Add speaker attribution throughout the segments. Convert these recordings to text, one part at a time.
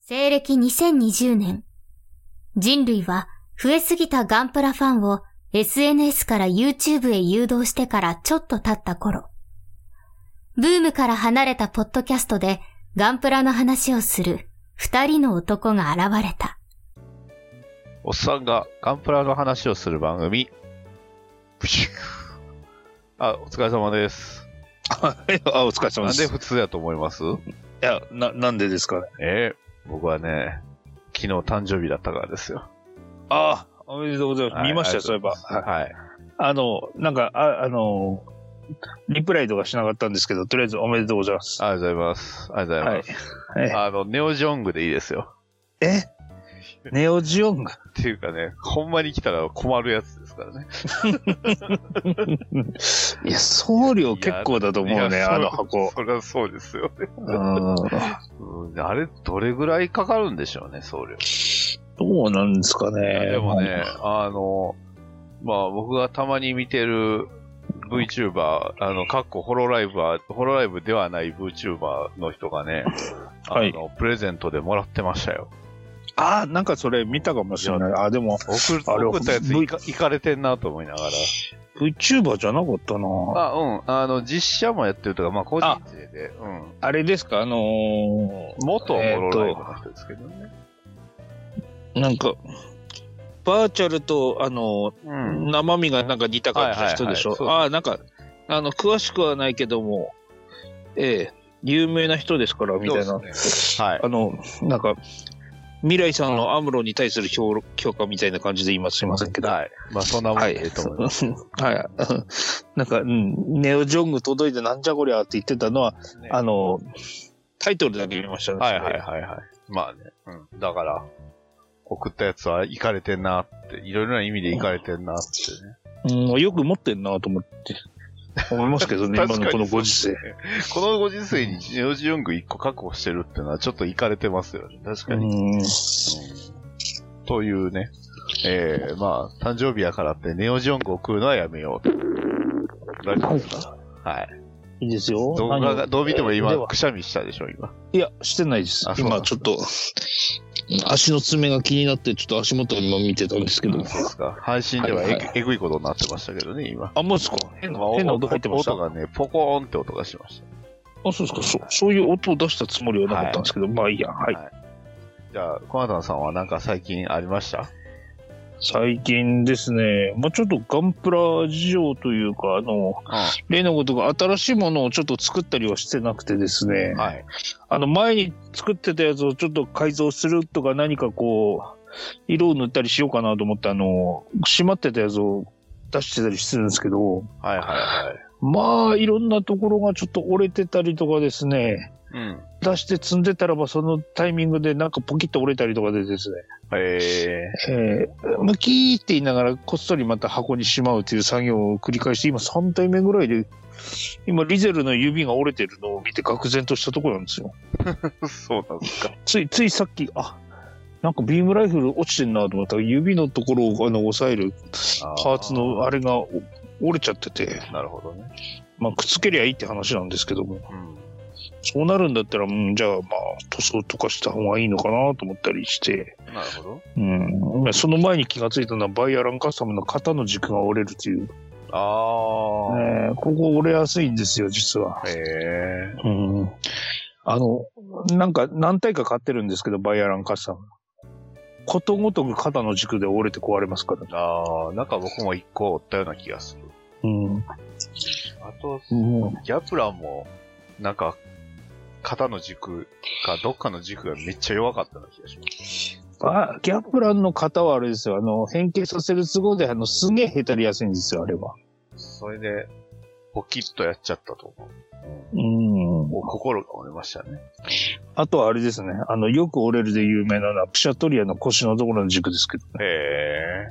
Speaker 1: 西暦2020年、人類は増えすぎたガンプラファンを SNS から YouTube へ誘導してからちょっと経った頃、ブームから離れたポッドキャストでガンプラの話をする二人の男が現れた。
Speaker 2: おっさんがガンプラの話をする番組。 プシューあ、お疲れ様です。
Speaker 3: あ、お疲れ様
Speaker 2: な
Speaker 3: で
Speaker 2: ん
Speaker 3: す。
Speaker 2: で
Speaker 3: い
Speaker 2: 普通やと思います
Speaker 3: や、な、なんでですかね。
Speaker 2: ええ僕はね、昨日誕生日だったからですよ。
Speaker 3: ああ、おめでとうございます。
Speaker 2: はい
Speaker 3: 見ましたよ、そういえば。はい
Speaker 2: はい。
Speaker 3: あの、なんか、ああの、リプライとかしなかったんですけど、とりあえずおめでとうございます。
Speaker 2: ありがとうございます。ありがとうございます。
Speaker 3: はいえ
Speaker 2: あの、ネオジオングでいいですよ。
Speaker 3: えネオジオンが
Speaker 2: っていうかね、ほんまに来たら困るやつですからね。
Speaker 3: いや、送料結構だと思う
Speaker 2: い
Speaker 3: ね、
Speaker 2: や
Speaker 3: あの箱。
Speaker 2: そりゃそうですよね。
Speaker 3: うん。
Speaker 2: うんあれ、どれぐらいかかるんでしょうね、送料。
Speaker 3: どうなんですか
Speaker 2: いや
Speaker 3: ね。
Speaker 2: でもね、あの、まあ僕がたまに見てる VTuber、あの、かっこホロライブは、ホロライブではない VTuber の人がね、あの、
Speaker 3: はい
Speaker 2: プレゼントでもらってましたよ。
Speaker 3: ああ、なんかそれ見たかもしれない。あ、でも、
Speaker 2: 送る
Speaker 3: あれ
Speaker 2: 送ったやつ
Speaker 3: V-
Speaker 2: いかいかれてんなと思いながら。
Speaker 3: VTuber じゃなかったな。
Speaker 2: あ、
Speaker 3: あ
Speaker 2: うん。あの、実写もやってるとか、まあ個人でで、うん。
Speaker 3: れですか、あのー、
Speaker 2: 元ホ
Speaker 3: え
Speaker 2: ロ
Speaker 3: ーと
Speaker 2: ライブの人ですけどね。
Speaker 3: なんか、バーチャルと、あの、
Speaker 2: うん。
Speaker 3: 生身がなんか似た感じの人でしょ
Speaker 2: はい。はいはい
Speaker 3: ああ、なんか、あの、詳しくはないけども、ええ、有名な人ですから、みたい
Speaker 2: そ
Speaker 3: な。
Speaker 2: うですねはい。
Speaker 3: あの、なんか、未来さんのアムロに対する評評価みたいな感じで今すいませんけど。
Speaker 2: はい。まあそんなもん
Speaker 3: は
Speaker 2: で
Speaker 3: い。
Speaker 2: いいと思います。
Speaker 3: はい。 なんか、うん、ネオジョング届いてなんじゃこりゃって言ってたのは、
Speaker 2: ね
Speaker 3: あの、タイトルだけ見ましたね。
Speaker 2: はいはいはいはい。まあね。うん。だから、送ったやつは行かれてんなって、いろいろな意味で行かれてんなって ね。
Speaker 3: うん、よく持ってんなと思って、思いますけど ね、今のこのご時世。。
Speaker 2: このご時世にジオジヨング1個確保してるってのはちょっと行かれてますよね。確かに。
Speaker 3: うん
Speaker 2: うんというね。ええまあ、誕生日やからってネオジオングを食うのはやめようと。大丈夫ですかはい。
Speaker 3: いいですよ。
Speaker 2: 動画が、どう見ても
Speaker 3: で
Speaker 2: 今、
Speaker 3: は
Speaker 2: くしゃみしたでしょ、今。
Speaker 3: いや、してないです
Speaker 2: あ。そうなん
Speaker 3: 今
Speaker 2: だ
Speaker 3: ちょっと、足の爪が気になって、ちょっと足元を今見てたんですけど。
Speaker 2: そうですか。配信ではえぐ,、
Speaker 3: はいはい
Speaker 2: えぐいことになってましたけどね、今。
Speaker 3: あ、もうですか変な
Speaker 2: まあ
Speaker 3: 変な音入ってました。
Speaker 2: 音がね、ポコーンって音がしました。
Speaker 3: あ、そうですかそう。そういう音を出したつもりはなかったんですけど、まあいいや。はい。
Speaker 2: じゃあ、コナタンさんはなんか最近ありました
Speaker 3: 最近ですね、まあちょっとガンプラ事情というか、あの、例のことが新しいものをちょっと作ったりはしてなくてですね、
Speaker 2: はい。
Speaker 3: あの、前に作ってたやつをちょっと改造するとか何かこう、色を塗ったりしようかなと思って、あの、閉まってたやつを出してたりしてるんですけど、
Speaker 2: はいはいはい。
Speaker 3: まあ、いろんなところがちょっと折れてたりとかですね、
Speaker 2: うん。
Speaker 3: 出して積んでたらば、そのタイミングでなんかポキッと折れたりとかでですね、
Speaker 2: え
Speaker 3: えー、ムキーって言いながらこっそりまた箱にしまうという作業を繰り返して、今3体目ぐらいで、今リゼルの指が折れてるのを見て愕然としたところなんですよ。
Speaker 2: ー、そうなんですか。
Speaker 3: つい、ついさっき、あ、なんかビームライフル落ちてんなと思ったら、指のところをあの押さえるパーツのあれがお折れちゃってて、
Speaker 2: あー。なるほどね。
Speaker 3: まあ、くっつけりゃいいって話なんですけども、
Speaker 2: うん。
Speaker 3: そうなるんだったら、うん、じゃあ、まあ、塗装とかした方がいいのかなと思ったりして、
Speaker 2: なるほど。
Speaker 3: うん、まあその前に気がついたのは、バイアランカスタムの肩の軸が折れるという、
Speaker 2: あー。
Speaker 3: ねここ折れやすいんですよ、実は。
Speaker 2: ええ
Speaker 3: うん。あの、なんか何体か買ってるんですけど、バイアランカスタム。ことごとく肩の軸で折れて壊れますから。
Speaker 2: ー。あー、なんか僕も一個おったような気がする。
Speaker 3: うん。
Speaker 2: あと、
Speaker 3: も
Speaker 2: ギャプラも、なんか、肩の軸か、どっかの軸がめっちゃ弱かったような気がします。
Speaker 3: う、あ、ギャプランの方はあれですよ。あの、変形させる都合で、あの、すげえへたりやすいんですよ、あれは。
Speaker 2: それで、ポキッとやっちゃったと思う。うん
Speaker 3: うん。
Speaker 2: もう心が折れましたね。
Speaker 3: あとはあれですね。あの、よく折れるで有名なのは、プシャトリアの腰のところの軸ですけどね。
Speaker 2: へ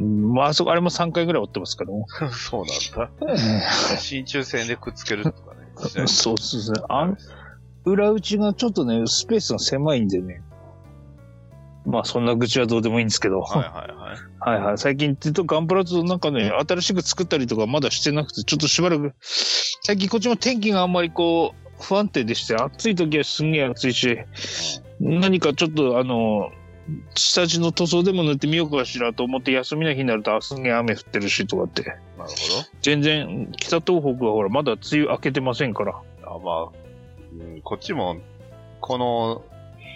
Speaker 3: うんまあ、あそこ、あれも3回ぐらい折ってますから。
Speaker 2: えー。 そうなんだ。真鍮線でくっつけるとかね。
Speaker 3: そうですね。あん、裏打ちがちょっとね、スペースが狭いんでね。まあ、そんな愚痴はどうでもいいんですけど。
Speaker 2: はいはいはい。
Speaker 3: はいはい。最近ずっとガンプラとなんかね、新しく作ったりとかまだしてなくて、ちょっとしばらく、最近こっちも天気があんまりこう、不安定でして、暑い時はすんげえ暑いし、何かちょっとあの、下地の塗装でも塗ってみようかしらと思って休みの日になると、あ、すげえ雨降ってるしとかって。
Speaker 2: なる
Speaker 3: 全然、北東北はほら、まだ梅雨明けてませんから。
Speaker 2: ほど。あ、まあ、うんこっちも、この、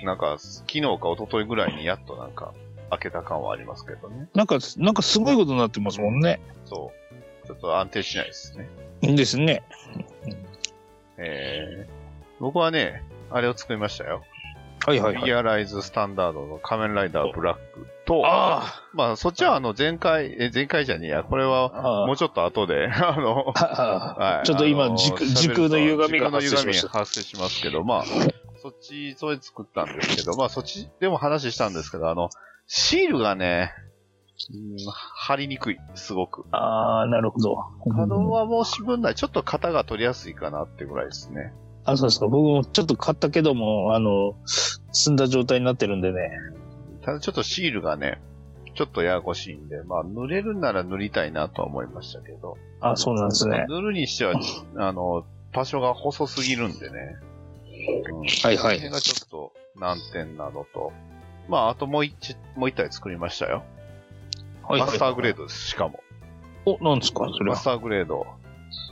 Speaker 2: なんか、昨日か一昨日ぐらいにやっとなんか、開けた感はありますけどね。
Speaker 3: なんか、なんかすごいことになってますもんね。
Speaker 2: そう。ちょっと安定しないですね。
Speaker 3: いいんですね。
Speaker 2: えー、僕はね、あれを作りましたよ。
Speaker 3: はいはい
Speaker 2: フィ
Speaker 3: は
Speaker 2: ギ
Speaker 3: い。
Speaker 2: ュアライズスタンダードの仮面ライダーブラックと、
Speaker 3: あ
Speaker 2: まあそっちはあの前回、え前回じゃねえや、これ
Speaker 3: あ
Speaker 2: は
Speaker 3: あ
Speaker 2: もうちょっと後で、 あの、
Speaker 3: あ。
Speaker 2: はい
Speaker 3: ちょっと今時
Speaker 2: 時
Speaker 3: 空時空の歪みが発生しました
Speaker 2: 発生しますけど、まあ、そっち、それ作ったんですけど、まあそっちでも話したんですけど、あの、シールがね、うん貼りにくい、すごく。
Speaker 3: ああ、なるほど。
Speaker 2: 可能はもうし分ない。ちょっと型が取りやすいかなってぐらいですね。
Speaker 3: あ、そうですか。僕もちょっと買ったけども、あの、積んだ状態になってるんでね。
Speaker 2: ただちょっとシールがね、ちょっとややこしいんで、まあ、塗れるなら塗りたいなとは思いましたけど。
Speaker 3: あそうなんですね。
Speaker 2: 塗るにしては、あの、場所が細すぎるんでね。うん
Speaker 3: はいは
Speaker 2: それ。がちょっと難点なのと。まあ、あともう一、もう一体作りましたよ。
Speaker 3: はい
Speaker 2: マスターグレー
Speaker 3: ド。
Speaker 2: ドです、しかも。
Speaker 3: お、なんですかそれ
Speaker 2: マ
Speaker 3: は
Speaker 2: ス。ターグレード、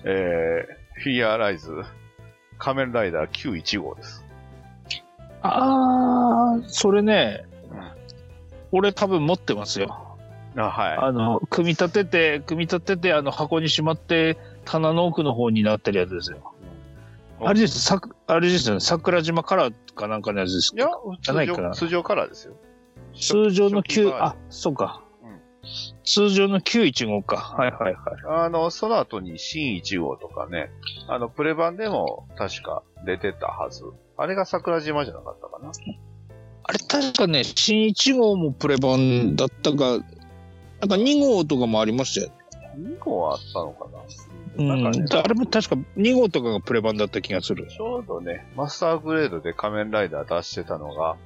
Speaker 2: えー、フィギュアライズ、仮面ライダー915です。
Speaker 3: ああ、それね。俺多分持ってますよ。
Speaker 2: あ、は
Speaker 3: あの、組み立てて、組み立てて、あの、箱にしまって、棚の奥の方になってるやつですよ。
Speaker 2: うん
Speaker 3: あれです、さくあれですよね。桜島カラーかなんかのやつです
Speaker 2: い。いや、
Speaker 3: ゃないかな
Speaker 2: 通常、通常からですよ。
Speaker 3: 通常の
Speaker 2: 初期
Speaker 3: 9、
Speaker 2: バージ
Speaker 3: あ、そうか。
Speaker 2: うん
Speaker 3: 通常の915か。はいはいはい。
Speaker 2: あの、その後に新1号とかね、あの、プレ版でも確か出てたはず。あれが桜島じゃなかったかな。
Speaker 3: あれ確かね、新1号もプレ版だったか、なんか2号とかもありましたよね。
Speaker 2: 2号はあったのか
Speaker 3: う
Speaker 2: な。
Speaker 3: ん、
Speaker 2: なんかね、
Speaker 3: あれも確か2号とかがプレ版だった気がする。
Speaker 2: ちょうどね、マスターグレードで仮面ライダー出してたのが、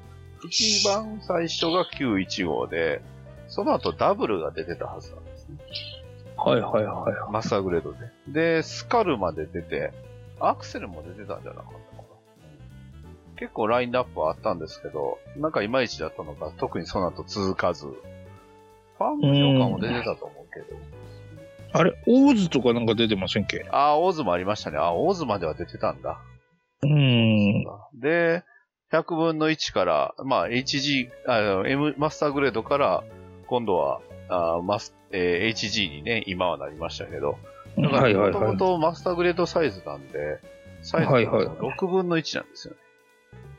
Speaker 2: 一番最初が91号で、その後ダブルが出てたはずなんですね。
Speaker 3: はいはいはい。
Speaker 2: マスターグレードで。で、スカルまで出て、アクセルも出てたんじゃなかったかな。結構ラインナップはあったんですけど、なんかいまいちだったのが、特にその後続かず、ファンの評価も出てたと思うけど、
Speaker 3: あれ、オーズとかなんか出てませんっけ
Speaker 2: ああ、オーズもありましたね。ああ、オーズまでは出てたんだ。
Speaker 3: うん。
Speaker 2: で、100分の1から、まあ、HG、あの M、マスターグレードから、今度は、あーマス、えー HG にね、今はなりましたけど、だか
Speaker 3: はい
Speaker 2: ら、も
Speaker 3: はい
Speaker 2: と
Speaker 3: は
Speaker 2: も
Speaker 3: い。
Speaker 2: とマスターグレードサイズなんで、サイズが
Speaker 3: はいはい
Speaker 2: 6分の1なんですよね。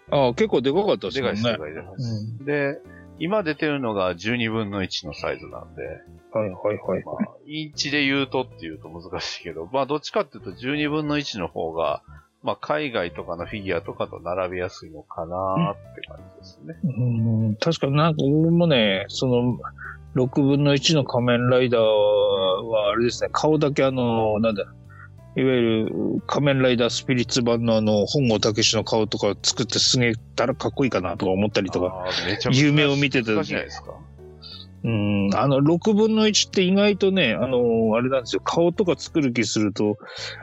Speaker 3: ああ、結構でかかったです
Speaker 2: で
Speaker 3: も
Speaker 2: か
Speaker 3: ん
Speaker 2: い
Speaker 3: ね。
Speaker 2: です、でかいです。で、今出てるのが12分の1のサイズなんで、
Speaker 3: うんはいはいはい。
Speaker 2: まあ、インチで言うとっていうと難しいけど、まあ、どっちかっていうと12分の1の方が、まあ、海外とかのフィギュアとかと並びやすいのかなーって感じですね。
Speaker 3: うん、確かになんか俺もね、その、6分の1の仮面ライダーは、あれですね、顔だけあの、なんだ、いわゆる仮面ライダースピリッツ版のあの、本郷武の顔とか作ってすげえたらかっこいいかなとか思ったりとか、
Speaker 2: あーめちゃくちゃ
Speaker 3: 夢を見てた
Speaker 2: 難しい
Speaker 3: 時
Speaker 2: じゃないですか。
Speaker 3: うん、あの、6分の1って意外とね、あの、あれなんですよ、顔とか作る気すると、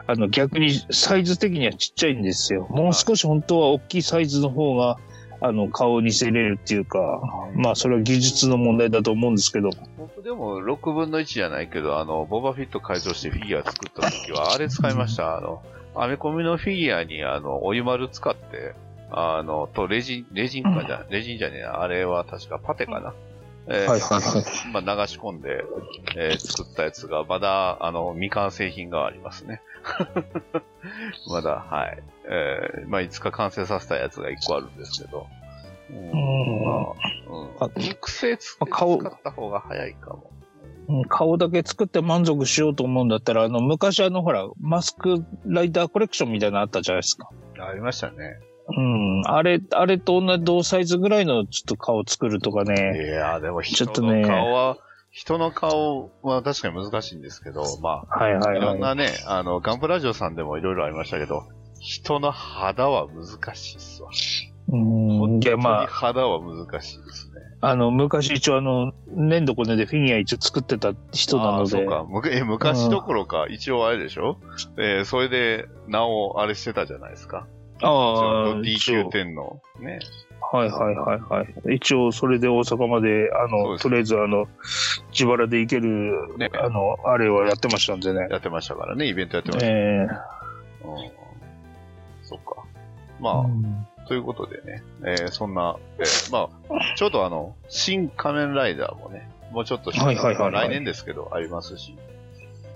Speaker 3: あの、逆にサイズ的にはちっちゃいんですよ。もう少し本当は大きいサイズの方が、あの、顔を似せれるっていうか、まあ、それは技術の問題だと思うんですけど、
Speaker 2: 僕でも6分の1じゃないけど、あの、ボバフィット改造してフィギュア作った時は、あれ使いました。あの、アメコミのフィギュアに、あの、お湯丸使って、あの、と、レジン、レジンかじゃ、レジンじゃねえな、あれは確かパテかな。えー
Speaker 3: はいはいはい
Speaker 2: まあ、流し込んで、えー作ったやつが、まだ、あの、未完成品がありますね。 まだ、はい。えーまあ、いつか完成させたやつが1個あるんですけど。うん
Speaker 3: うん
Speaker 2: まあ、
Speaker 3: あ
Speaker 2: うん。肉声つ
Speaker 3: まあ顔
Speaker 2: 使った方が早いかも。
Speaker 3: うん、顔だけ作って満足しようと思うんだったら、あの、昔あの、ほら、マスクライダーコレクションみたいなのあったじゃないですか。
Speaker 2: ありましたね。
Speaker 3: うん、あれ、あれと同じ同サイズぐらいのちょっと顔作るとかね。
Speaker 2: いやーでも人
Speaker 3: ちょっと
Speaker 2: の
Speaker 3: ね
Speaker 2: 顔は、人の顔は確かに難しいんですけど、ま
Speaker 3: はい
Speaker 2: あ、
Speaker 3: はいい
Speaker 2: ろ
Speaker 3: は
Speaker 2: ん
Speaker 3: い。
Speaker 2: なね、あの、ガンプラジオさんでもいろいろありましたけど、人の肌は難しいっすわ。
Speaker 3: うん、いや、ま
Speaker 2: 本
Speaker 3: あ
Speaker 2: 当に、肌は難しいですね。
Speaker 3: あの、昔一応あの、粘土こねでフィギュア一応作ってた人な
Speaker 2: あ
Speaker 3: の
Speaker 2: ーそう
Speaker 3: で。
Speaker 2: か。むえ昔どころか、一応あれでしょえーそれで、なお、あれしてたじゃないですか。
Speaker 3: ああ、一応
Speaker 2: DQ10 の、ね。
Speaker 3: はいはいはいはい。一応、それで大阪まで、あ
Speaker 2: そう
Speaker 3: の、
Speaker 2: です
Speaker 3: とりあえず、あの、自腹で行ける、
Speaker 2: ね
Speaker 3: あの、あれはやってましたんでね。
Speaker 2: やってましたからね、イベントやってました。
Speaker 3: え
Speaker 2: うん。そっか。
Speaker 3: え
Speaker 2: まあ、ということでね、えーそんな、えーまあ、ちょうどあの、新仮面ライダーもね、もうちょっと、
Speaker 3: はいはいはいはい
Speaker 2: 来年ですけど、ありますし、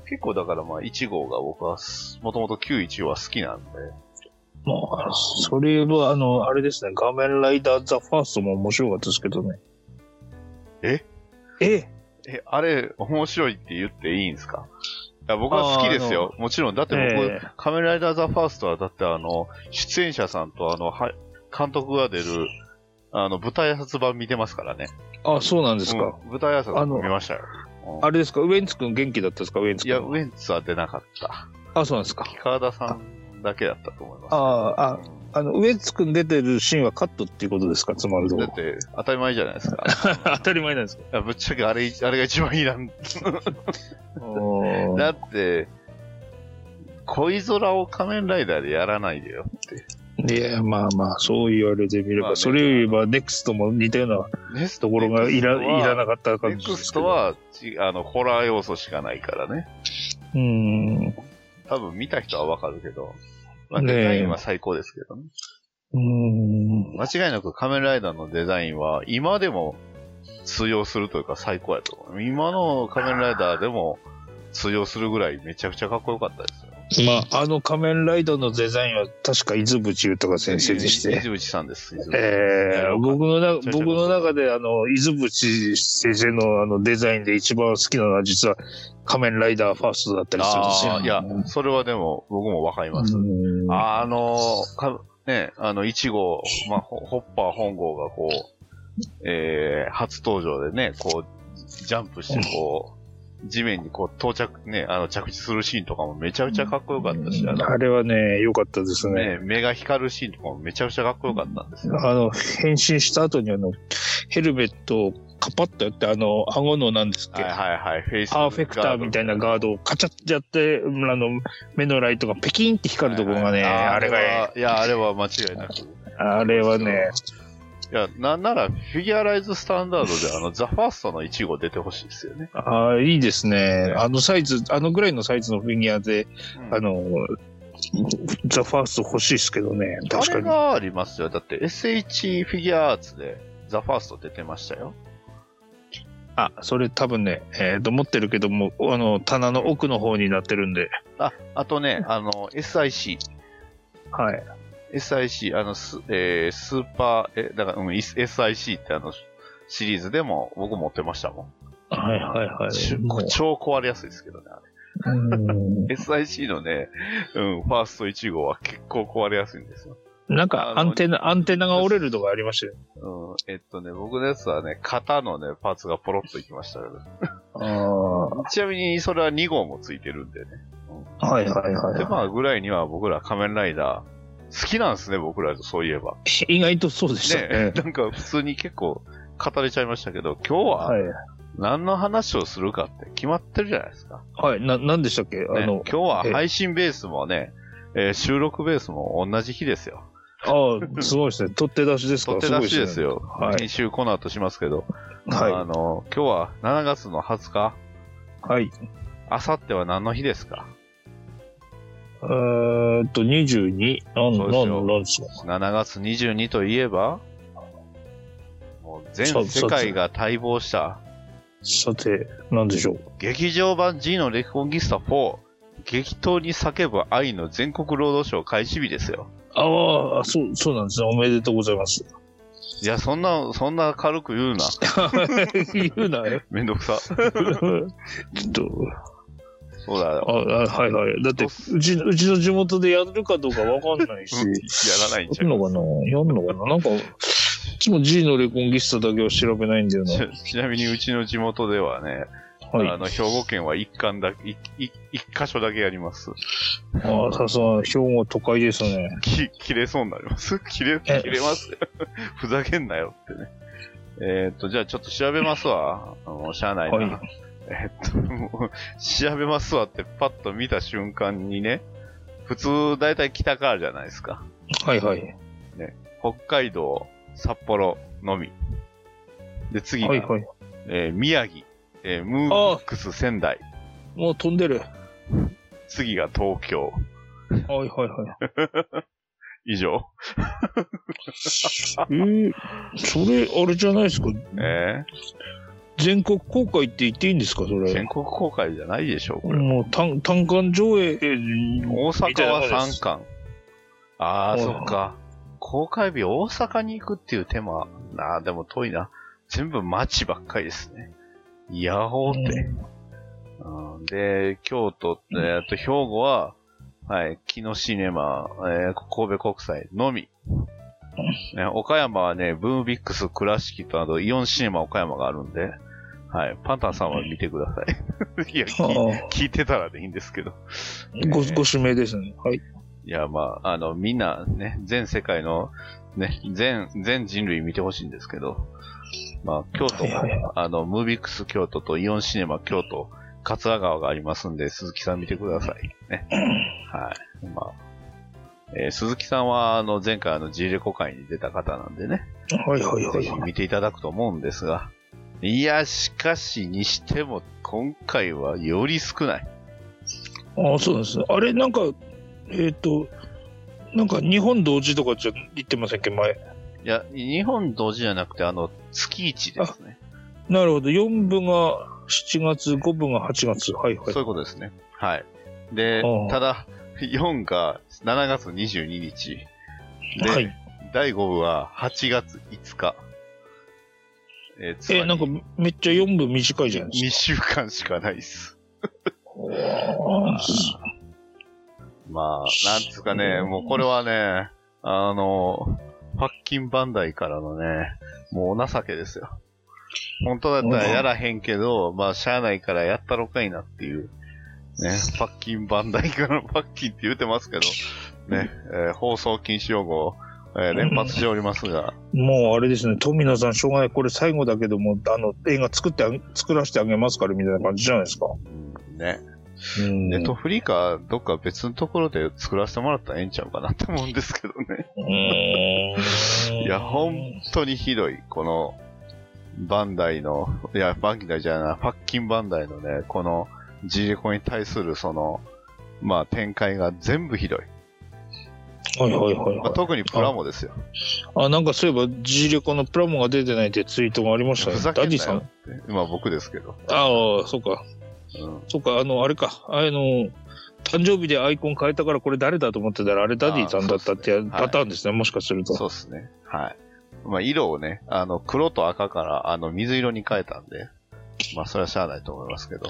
Speaker 2: 結構だからまあ、1号が僕はす、もともと旧1号は好きなんで、
Speaker 3: もう、それは、あの、あれですね、画面ライダーザ・ファーストも面白かったですけどね。
Speaker 2: え
Speaker 3: え
Speaker 2: え、あれ、面白いって言っていいんですかいや僕は好きですよ。もちろん。だって僕、
Speaker 3: ええ
Speaker 2: カメラライダーザファーストは、だってあの、出演者さんとあの、は監督が出る、あの、舞台挨拶版見てますからね。
Speaker 3: あ、そうなんですか。
Speaker 2: うん舞台挨拶
Speaker 3: あの
Speaker 2: 見ましたよ。うん
Speaker 3: あれですか、ウエンツ君元気だったですか、ウエンツ
Speaker 2: いや、
Speaker 3: 君。
Speaker 2: ウエンツは出なかった。
Speaker 3: あ、そうなんですか。
Speaker 2: 川田さんだけだったと思います。
Speaker 3: ああ、あ、
Speaker 2: うん
Speaker 3: あの、ウエンツ君出てるシーンはカットっていうことですか、つまるとこ
Speaker 2: だっ。て、当たり前じゃないですか。
Speaker 3: 当たり前なんですか。
Speaker 2: いやぶっちゃけあれ、あれが一番いいなん だって、恋空を仮面ライダーでやらないでよって。
Speaker 3: いや、まあまあ、そう言われてみれば、
Speaker 2: まあね
Speaker 3: それを言えば、ネクストも似たような
Speaker 2: ネス
Speaker 3: ところがいらいらな
Speaker 2: かっ
Speaker 3: かった
Speaker 2: ネ
Speaker 3: 感じで
Speaker 2: ク
Speaker 3: す
Speaker 2: ス
Speaker 3: け
Speaker 2: ト
Speaker 3: ど。
Speaker 2: は、ちあの、ホラー要素しかないからね。
Speaker 3: うん。
Speaker 2: 多分見た人はわかるけど、まあ、
Speaker 3: ねえ
Speaker 2: デザインは最高ですけどね。
Speaker 3: うん。
Speaker 2: 間違いなく仮面ライダーのデザインは、今でも通用するというか最高やと思う。今の仮面ライダーでも通用するぐらいめちゃくちゃかっこよかったですよ。
Speaker 3: まあ、あの仮面ライダーのデザインは確か伊豆淵豊先生でし
Speaker 2: 伊
Speaker 3: て。
Speaker 2: 豆内さんです。伊豆内
Speaker 3: えー、僕のな
Speaker 2: ちょいちょい
Speaker 3: 僕の中で、あの、伊豆淵先生のあのデザインで一番好きなのは、実は仮面ライダーファーストだったりするんです
Speaker 2: あ
Speaker 3: よ。
Speaker 2: あ、いや、それはでも僕もわかります。
Speaker 3: うん
Speaker 2: あの、かね、あの、1号、まあ、ホホッパー本号がこう、えー、初登場でね、こう、ジャンプして、こう、地面にこう、到着、ね、あの、着地するシーンとかもめちゃくちゃかっこよかったし、あの、
Speaker 3: あれはね、良かったですね。
Speaker 2: ね、目が光るシーンとかもめちゃくちゃかっこよかったんですよ。
Speaker 3: あの、変身した後にあの、ヘルメットをカパッとやって、あの、顎のなんですっ
Speaker 2: は
Speaker 3: け、
Speaker 2: いはいはい、フェイス
Speaker 3: パーフェクターみたいなガードをカチャってやって、あの、目のライトがペキンって光るところがね、
Speaker 2: はいはい
Speaker 3: あれがね、
Speaker 2: は、いや、あれは間違いなく。
Speaker 3: あれはね、
Speaker 2: いや、なんなら、フィギュアライズスタンダードで、あの、ザ・ファーストの1号出てほしいですよね。
Speaker 3: あーいいですね。あのサイズ、あのぐらいのサイズのフィギュアで、
Speaker 2: うん
Speaker 3: あの、ザ・ファースト欲しいですけどね、
Speaker 2: あれ
Speaker 3: 確かに。
Speaker 2: がありますよ。だって、SH フィギュアアーツで、ザ・ファースト出てましたよ。
Speaker 3: あ、それ多分ね、えっ、と、持ってるけども、あの、棚の奥の方になってるんで、
Speaker 2: あ、あとね、あの、SIC。
Speaker 3: はい。
Speaker 2: SIC、あの、ス,、えースーパー、え、だから、うん、い SIC ってあの、シリーズでも僕持ってましたもん。
Speaker 3: はいはいは
Speaker 2: ち
Speaker 3: い。
Speaker 2: ょ
Speaker 3: もう
Speaker 2: 超壊れやすいですけどね、あ
Speaker 3: うん
Speaker 2: れ。SIC のね、うん、ファースト1号は結構壊れやすいんですよ。
Speaker 3: なんかアンテナ、アンテナが折れるとかありましたよ。
Speaker 2: うん、えっとね、僕のやつはね、肩のね、パーツがポロッといきましたけど。
Speaker 3: あ
Speaker 2: ちなみに、それは2号もついてるんでね。
Speaker 3: あ。はいはいはい
Speaker 2: で、
Speaker 3: は
Speaker 2: まあ、ぐらいには僕ら仮面ライダー、好きなんですね、僕らと、そういえば。
Speaker 3: い。意外とそうでした
Speaker 2: ね
Speaker 3: ね。
Speaker 2: なんか普通に結構語れちゃいましたけど、今日は
Speaker 3: はい。
Speaker 2: 何の話をするかって決まってるじゃないですか。ね、
Speaker 3: はい。な、なんでしたっけあ
Speaker 2: 今
Speaker 3: の、
Speaker 2: 日は
Speaker 3: え
Speaker 2: 配信ベースもね、えー収録ベースも同じ日ですよ。
Speaker 3: ああ、すごいですね。取って出しですか
Speaker 2: 取って出しです。よ。
Speaker 3: ねはい
Speaker 2: 編集この後しますけど、
Speaker 3: ごいですね
Speaker 2: あ
Speaker 3: は
Speaker 2: の、今日は7月の20日、
Speaker 3: い。はい。
Speaker 2: あさっては何の日ですか
Speaker 3: えーっと、22。なん、
Speaker 2: そうですよ
Speaker 3: なん、なんですか
Speaker 2: ?7 月22といえば、もう全世界が待望した、
Speaker 3: さて、なんでしょう。
Speaker 2: 劇場版 G のレコンギスタ4、激闘に叫ぶ愛の全国労働省開始日ですよ。
Speaker 3: ああ、そう、そうなんですね。おめでとうございます。
Speaker 2: いや、そんな、そんな軽く 言うな。
Speaker 3: 言うなよ。
Speaker 2: めんどくさ。
Speaker 3: ちょっと、
Speaker 2: そうだよ。
Speaker 3: ああ、はいはい。だって、うち、うちの地元でやるかどうかわかんな いし。
Speaker 2: うんやらないんち
Speaker 3: や
Speaker 2: ゃ
Speaker 3: る
Speaker 2: う
Speaker 3: のかなやるのかななんか、いつも G のレコンギスタだけは調べないんだよな。
Speaker 2: ちちなみにうちの地元ではね、あ
Speaker 3: はい。
Speaker 2: の、兵庫県は一巻だ、いい一箇所だけやります。
Speaker 3: ああ、さすが、兵庫都会ですね。
Speaker 2: き、切れそうになり ます。切れ、切
Speaker 3: え
Speaker 2: れますよ。 ふざけんなよってね。えーっと、じゃあちょっと調べますわ。あの、しゃあないな。
Speaker 3: はい
Speaker 2: えーっと、もう、調べますわってパッと見た瞬間にね、普通、だいたい北からじゃないですか。
Speaker 3: はいはい。
Speaker 2: 北海道、札幌のみ。で、次が、
Speaker 3: はいはい。
Speaker 2: えー宮城、えームービックス仙台。
Speaker 3: もう飛んでる。
Speaker 2: 次が東京。
Speaker 3: はいはいはい。
Speaker 2: 以上。
Speaker 3: えー、それ、あれじゃないですか。
Speaker 2: え
Speaker 3: 全国公開って言っていいんですか、そ
Speaker 2: ー
Speaker 3: れ。
Speaker 2: 全国公開じゃないでしょ、これ。
Speaker 3: もう単単館上映。えー
Speaker 2: 大阪は3
Speaker 3: み
Speaker 2: 巻。ああ、
Speaker 3: うん
Speaker 2: そっか。公開日大阪に行くっていう手間、なあ、でも遠いな。全部街ばっかりですね。やおうって。うんで、京都、えーっと、兵庫は、はい、木のシネマ、えー神戸国際のみ。ね、岡山はね、ブームビックス、倉敷と、あと、イオンシネマ岡山があるんで、はい、パンタンさんは見てくださ い。いや、
Speaker 3: たいな
Speaker 2: 聞
Speaker 3: ああ
Speaker 2: 聞いてたらでいいんですけど。
Speaker 3: ご
Speaker 2: えー
Speaker 3: ご指名ですね。はい。
Speaker 2: いや、まあ、あの、みんなね、全世界の、ね、全、全人類見てほしいんですけど、まあ、京都も、
Speaker 3: はいはい
Speaker 2: あの、ムービックス京都とイオンシネマ京都、桂川がありますんで、鈴木さん見てください。 ね。はい。まあ、えー鈴木さんは、あの、前回あの、ジーレコ会に出た方なんでね、
Speaker 3: はいはいは
Speaker 2: ぜ
Speaker 3: い
Speaker 2: ひ
Speaker 3: はい。
Speaker 2: 見ていただくと思うんですが、いや、しかし、にしても、今回はより少ない。
Speaker 3: ああ、そうなんですね。あれ、なんか、えっ、と、なんか日本同時とかじゃ言ってませんっけ、前。
Speaker 2: いや、日本同時じゃなくて、あの、月一ですね。
Speaker 3: なるほど。4部が7月、5部が8月。はいはい
Speaker 2: そう。いうことですね。はい。で
Speaker 3: う、ん
Speaker 2: ただ、4が7月22日。で、
Speaker 3: はい。
Speaker 2: 第5部は8月5日。えーつま
Speaker 3: え、
Speaker 2: り
Speaker 3: なんかめっちゃ4部短いじゃないで
Speaker 2: 2
Speaker 3: す
Speaker 2: 週間しかないです。
Speaker 3: か。
Speaker 2: まあ、なんつうかね、
Speaker 3: うん
Speaker 2: もうこれはね、あの、パッキンバンダイからのね、もうお情けですよ。本当だったらやらへんけど、まあ、しゃあないからやったろかいなっていう。ね、パッキンバンダイから、 パッキンって言うてますけど、ね、えー放送禁止用語、えー連発しておりますが、
Speaker 3: もうあれですね、富野さん、しょうがない。これ最後だけども、あの、映画作ってあげ、作らせてあげますから、みたいな感じじゃないですか。
Speaker 2: うんね、
Speaker 3: うん。
Speaker 2: ネットフリーか、どっか別のところで作らせてもらったらええんちゃうかなって思うんですけどね。
Speaker 3: うん
Speaker 2: いや、本当にひどい。この、バンダイの、いや、バンダイじゃない、パッキンバンダイのね、この、ジレコに対するその、まあ展開が全部ひどい。
Speaker 3: はいはいはい、
Speaker 2: まあ、
Speaker 3: はい。
Speaker 2: 特にプラモですよ。
Speaker 3: あ、なんかそういえば、G レコのプラモが出てないってツイートがありましたね。
Speaker 2: ふざけ
Speaker 3: ダ
Speaker 2: ん
Speaker 3: デ
Speaker 2: な
Speaker 3: ィさ
Speaker 2: よ
Speaker 3: ん。
Speaker 2: って。今僕ですけど。
Speaker 3: ああ、そうか。
Speaker 2: うん
Speaker 3: そうか、あの、あれか。あの、誕生日でアイコン変えたからこれ誰だと思ってたら、あれダディさんだったって
Speaker 2: ああそうっすねはい
Speaker 3: パターンですね、もしかすると。
Speaker 2: そうですね。はい。まあ色をね、あの、黒と赤から、あの、水色に変えたんで、まあそれはしゃあないと思いますけど。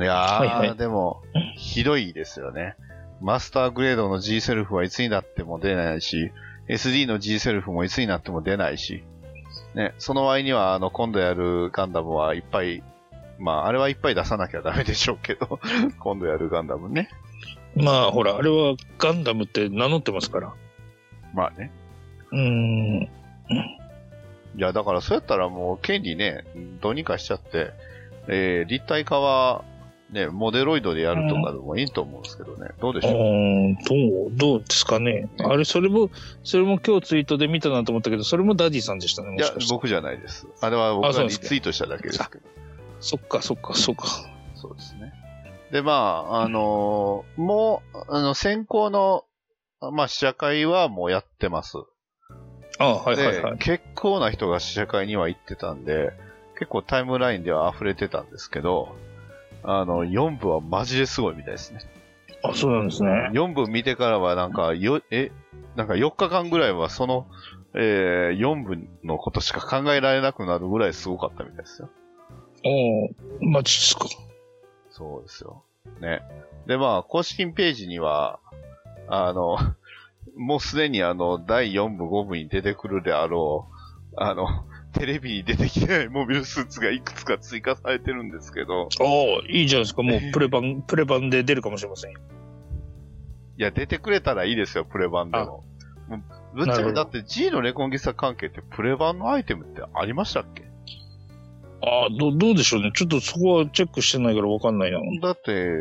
Speaker 2: いやー、
Speaker 3: はいはい
Speaker 2: でも、ひどいですよね。マスターグレードの G セルフはいつになっても出ないし、SD の G セルフもいつになっても出ないし、ね、その割には、あの、今度やるガンダムはいっぱい、まあ、あれはいっぱい出さなきゃダメでしょうけど、 今度やるガンダムね。
Speaker 3: まあ、ほら、あれはガンダムって名乗ってますから。
Speaker 2: まあね。
Speaker 3: うーん。
Speaker 2: いや、だからそうやったらもう権利ね、どうにかしちゃって、えー、立体化は、ね、モデロイドでやるとかでもいいと思うんですけどね。どうで
Speaker 3: う
Speaker 2: しょう
Speaker 3: ーんどう、どうですかね。あれ、それも、それも今日ツイートで見たなと思ったけど、それもダディさんでしたね、
Speaker 2: い
Speaker 3: も
Speaker 2: や
Speaker 3: しか、して。
Speaker 2: 僕じゃないです。あれは僕
Speaker 3: あそ
Speaker 2: が
Speaker 3: うで
Speaker 2: リ
Speaker 3: すか
Speaker 2: ツイートしただけですけど。
Speaker 3: そっか、そっか、そっか。
Speaker 2: そうですね。で、まあ、あのーもう、あの、先行の、まあ、試写会はもうやってます。
Speaker 3: ああはいはい
Speaker 2: で
Speaker 3: はい。、
Speaker 2: 結構な人が試写会には行ってたんで、結構タイムラインでは溢れてたんですけど、あの、4部はマジですごいみたいですね。
Speaker 3: あ、そうなんですね。
Speaker 2: 4部見てからはなんか、よ、え、なんか4日間ぐらいはその、えー、4部のことしか考えられなくなるぐらいすごかったみたいですよ。
Speaker 3: おおマジですか。
Speaker 2: そうですよ。ね。で、まあ、公式ページには、あの、 もうすでにあの、第4部、5部に出てくるであろう、あの、テレビに出てきてないモビルスーツがいくつか追加されてるんですけど、
Speaker 3: ああいいじゃないですか。もうプレ版、プレ版で出るかもしれませんよ。
Speaker 2: いや、出てくれたらいいですよ、プレ版でも。もうぶっち
Speaker 3: な
Speaker 2: ゃ
Speaker 3: る
Speaker 2: け、
Speaker 3: ほど
Speaker 2: だって G のレコンギスタ関係ってプレ版のアイテムってありましたっけ
Speaker 3: ああどう、どうでしょうね。ちょっとそこはチェックしてないからわかんないな。
Speaker 2: だって、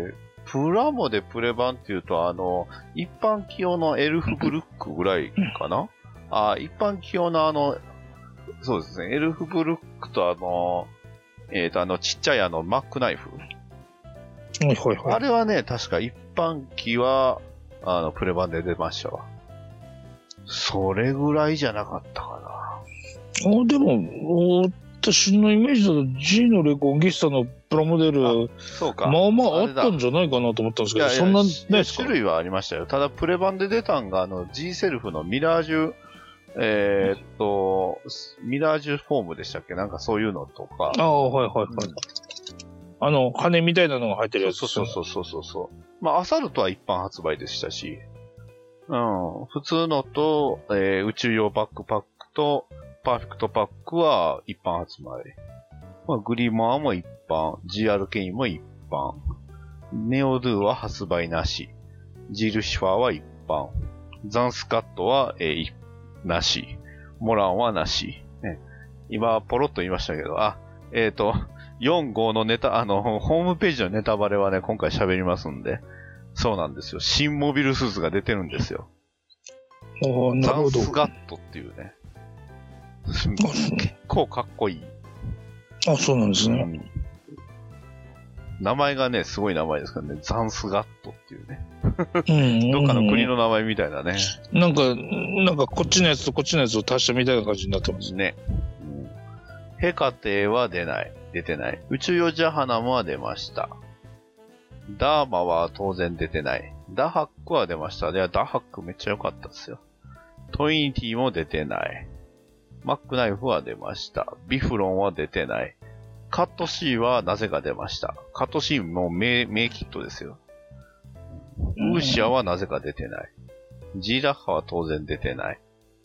Speaker 2: プラモでプレ版っていうと、あの、一般企業のエルフブルックぐらいかなあ一般企業のあの、そうですね。エルフブルックとあの、えっ、と、あの、ちっちゃいあの、マックナイフ。
Speaker 3: はいはいは
Speaker 2: あ
Speaker 3: い。
Speaker 2: れはね、確か一般機は、あの、プレ版で出ましたわ。それぐらいじゃなかったか
Speaker 3: あでも、私のイメージだと G のレコンギスタのプラモデル、
Speaker 2: な。そうか。
Speaker 3: まあまあ
Speaker 2: あ
Speaker 3: あ
Speaker 2: れ
Speaker 3: っ
Speaker 2: だ
Speaker 3: たんじゃないかなと思ったんですけど、
Speaker 2: いやいや
Speaker 3: そんなないですか
Speaker 2: 種類はありましたよ。ただ、プレ版で出たんが、あの、G セルフのミラージュ、えーっと、ミラージュフォームでしたっけなんかそういうのとか。
Speaker 3: ああ、はいはいはい。
Speaker 2: うん
Speaker 3: あの、羽みたいなのが入ってるやつ。
Speaker 2: そうそうそうそうそうそう。まあ、アサルトは一般発売でしたし、うん、普通のと、えー宇宙用バックパックと、パーフェクトパックは一般発売。まあ、グリマーも一般、GR ケインも一般、ネオドゥは発売なし、ジルシファーは一般、ザンスカットは、えーいなし、モランはなし、ね。今、ポロッと言いましたけど、あ、えっ、と、4号のネタ、あの、 ホームページのネタバレはね、今回喋りますんで、そうなんですよ。新モビルスーツが出てるんですよ。
Speaker 3: ああ、な
Speaker 2: ザ
Speaker 3: るほ
Speaker 2: ン
Speaker 3: ど。
Speaker 2: スガットっていうね。
Speaker 3: あそう
Speaker 2: 結構かっこいい。
Speaker 3: あ、そうなんですね。
Speaker 2: 名前がね、すごい名前ですからね。ザンスガットっていうね。
Speaker 3: うん。
Speaker 2: どっかの国の名前みたいなね。
Speaker 3: なんか、なんかこっちのやつとこっちのやつを足したみたいな感じになってます
Speaker 2: ね。
Speaker 3: ね。
Speaker 2: うんヘカテは出ない。出てない。宇宙用ジャハナムは出ました。ダーマは当然出てない。ダハックは出ました。いや、ダハックめっちゃ良かったですよ。トイニティも出てない。マックナイフは出ました。ビフロンは出てない。カット C はなぜか出ました。カット C も名、名キットですよ。ウーシアはなぜか出てない。ジーラッハは当然出てない。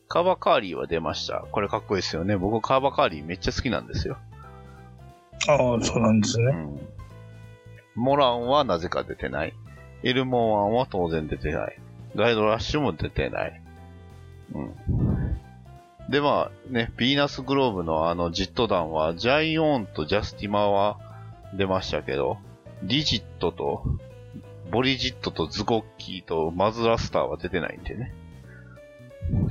Speaker 2: カバカーリーは出ました。これかっこいいですよね。僕カバカーリーめっちゃ好きなんですよ。
Speaker 3: ああ、そうなんです
Speaker 2: う
Speaker 3: ね。
Speaker 2: ん。モランはなぜか出てない。エルモワンは当然出てない。ガイドラッシュも出てない。うん。で、まあね、ヴィーナスグローブのあのジット弾は、ジャイオンとジャスティマは出ましたけど、リジットと、ボリジットとズゴッキーとマズラスターは出てないんでね。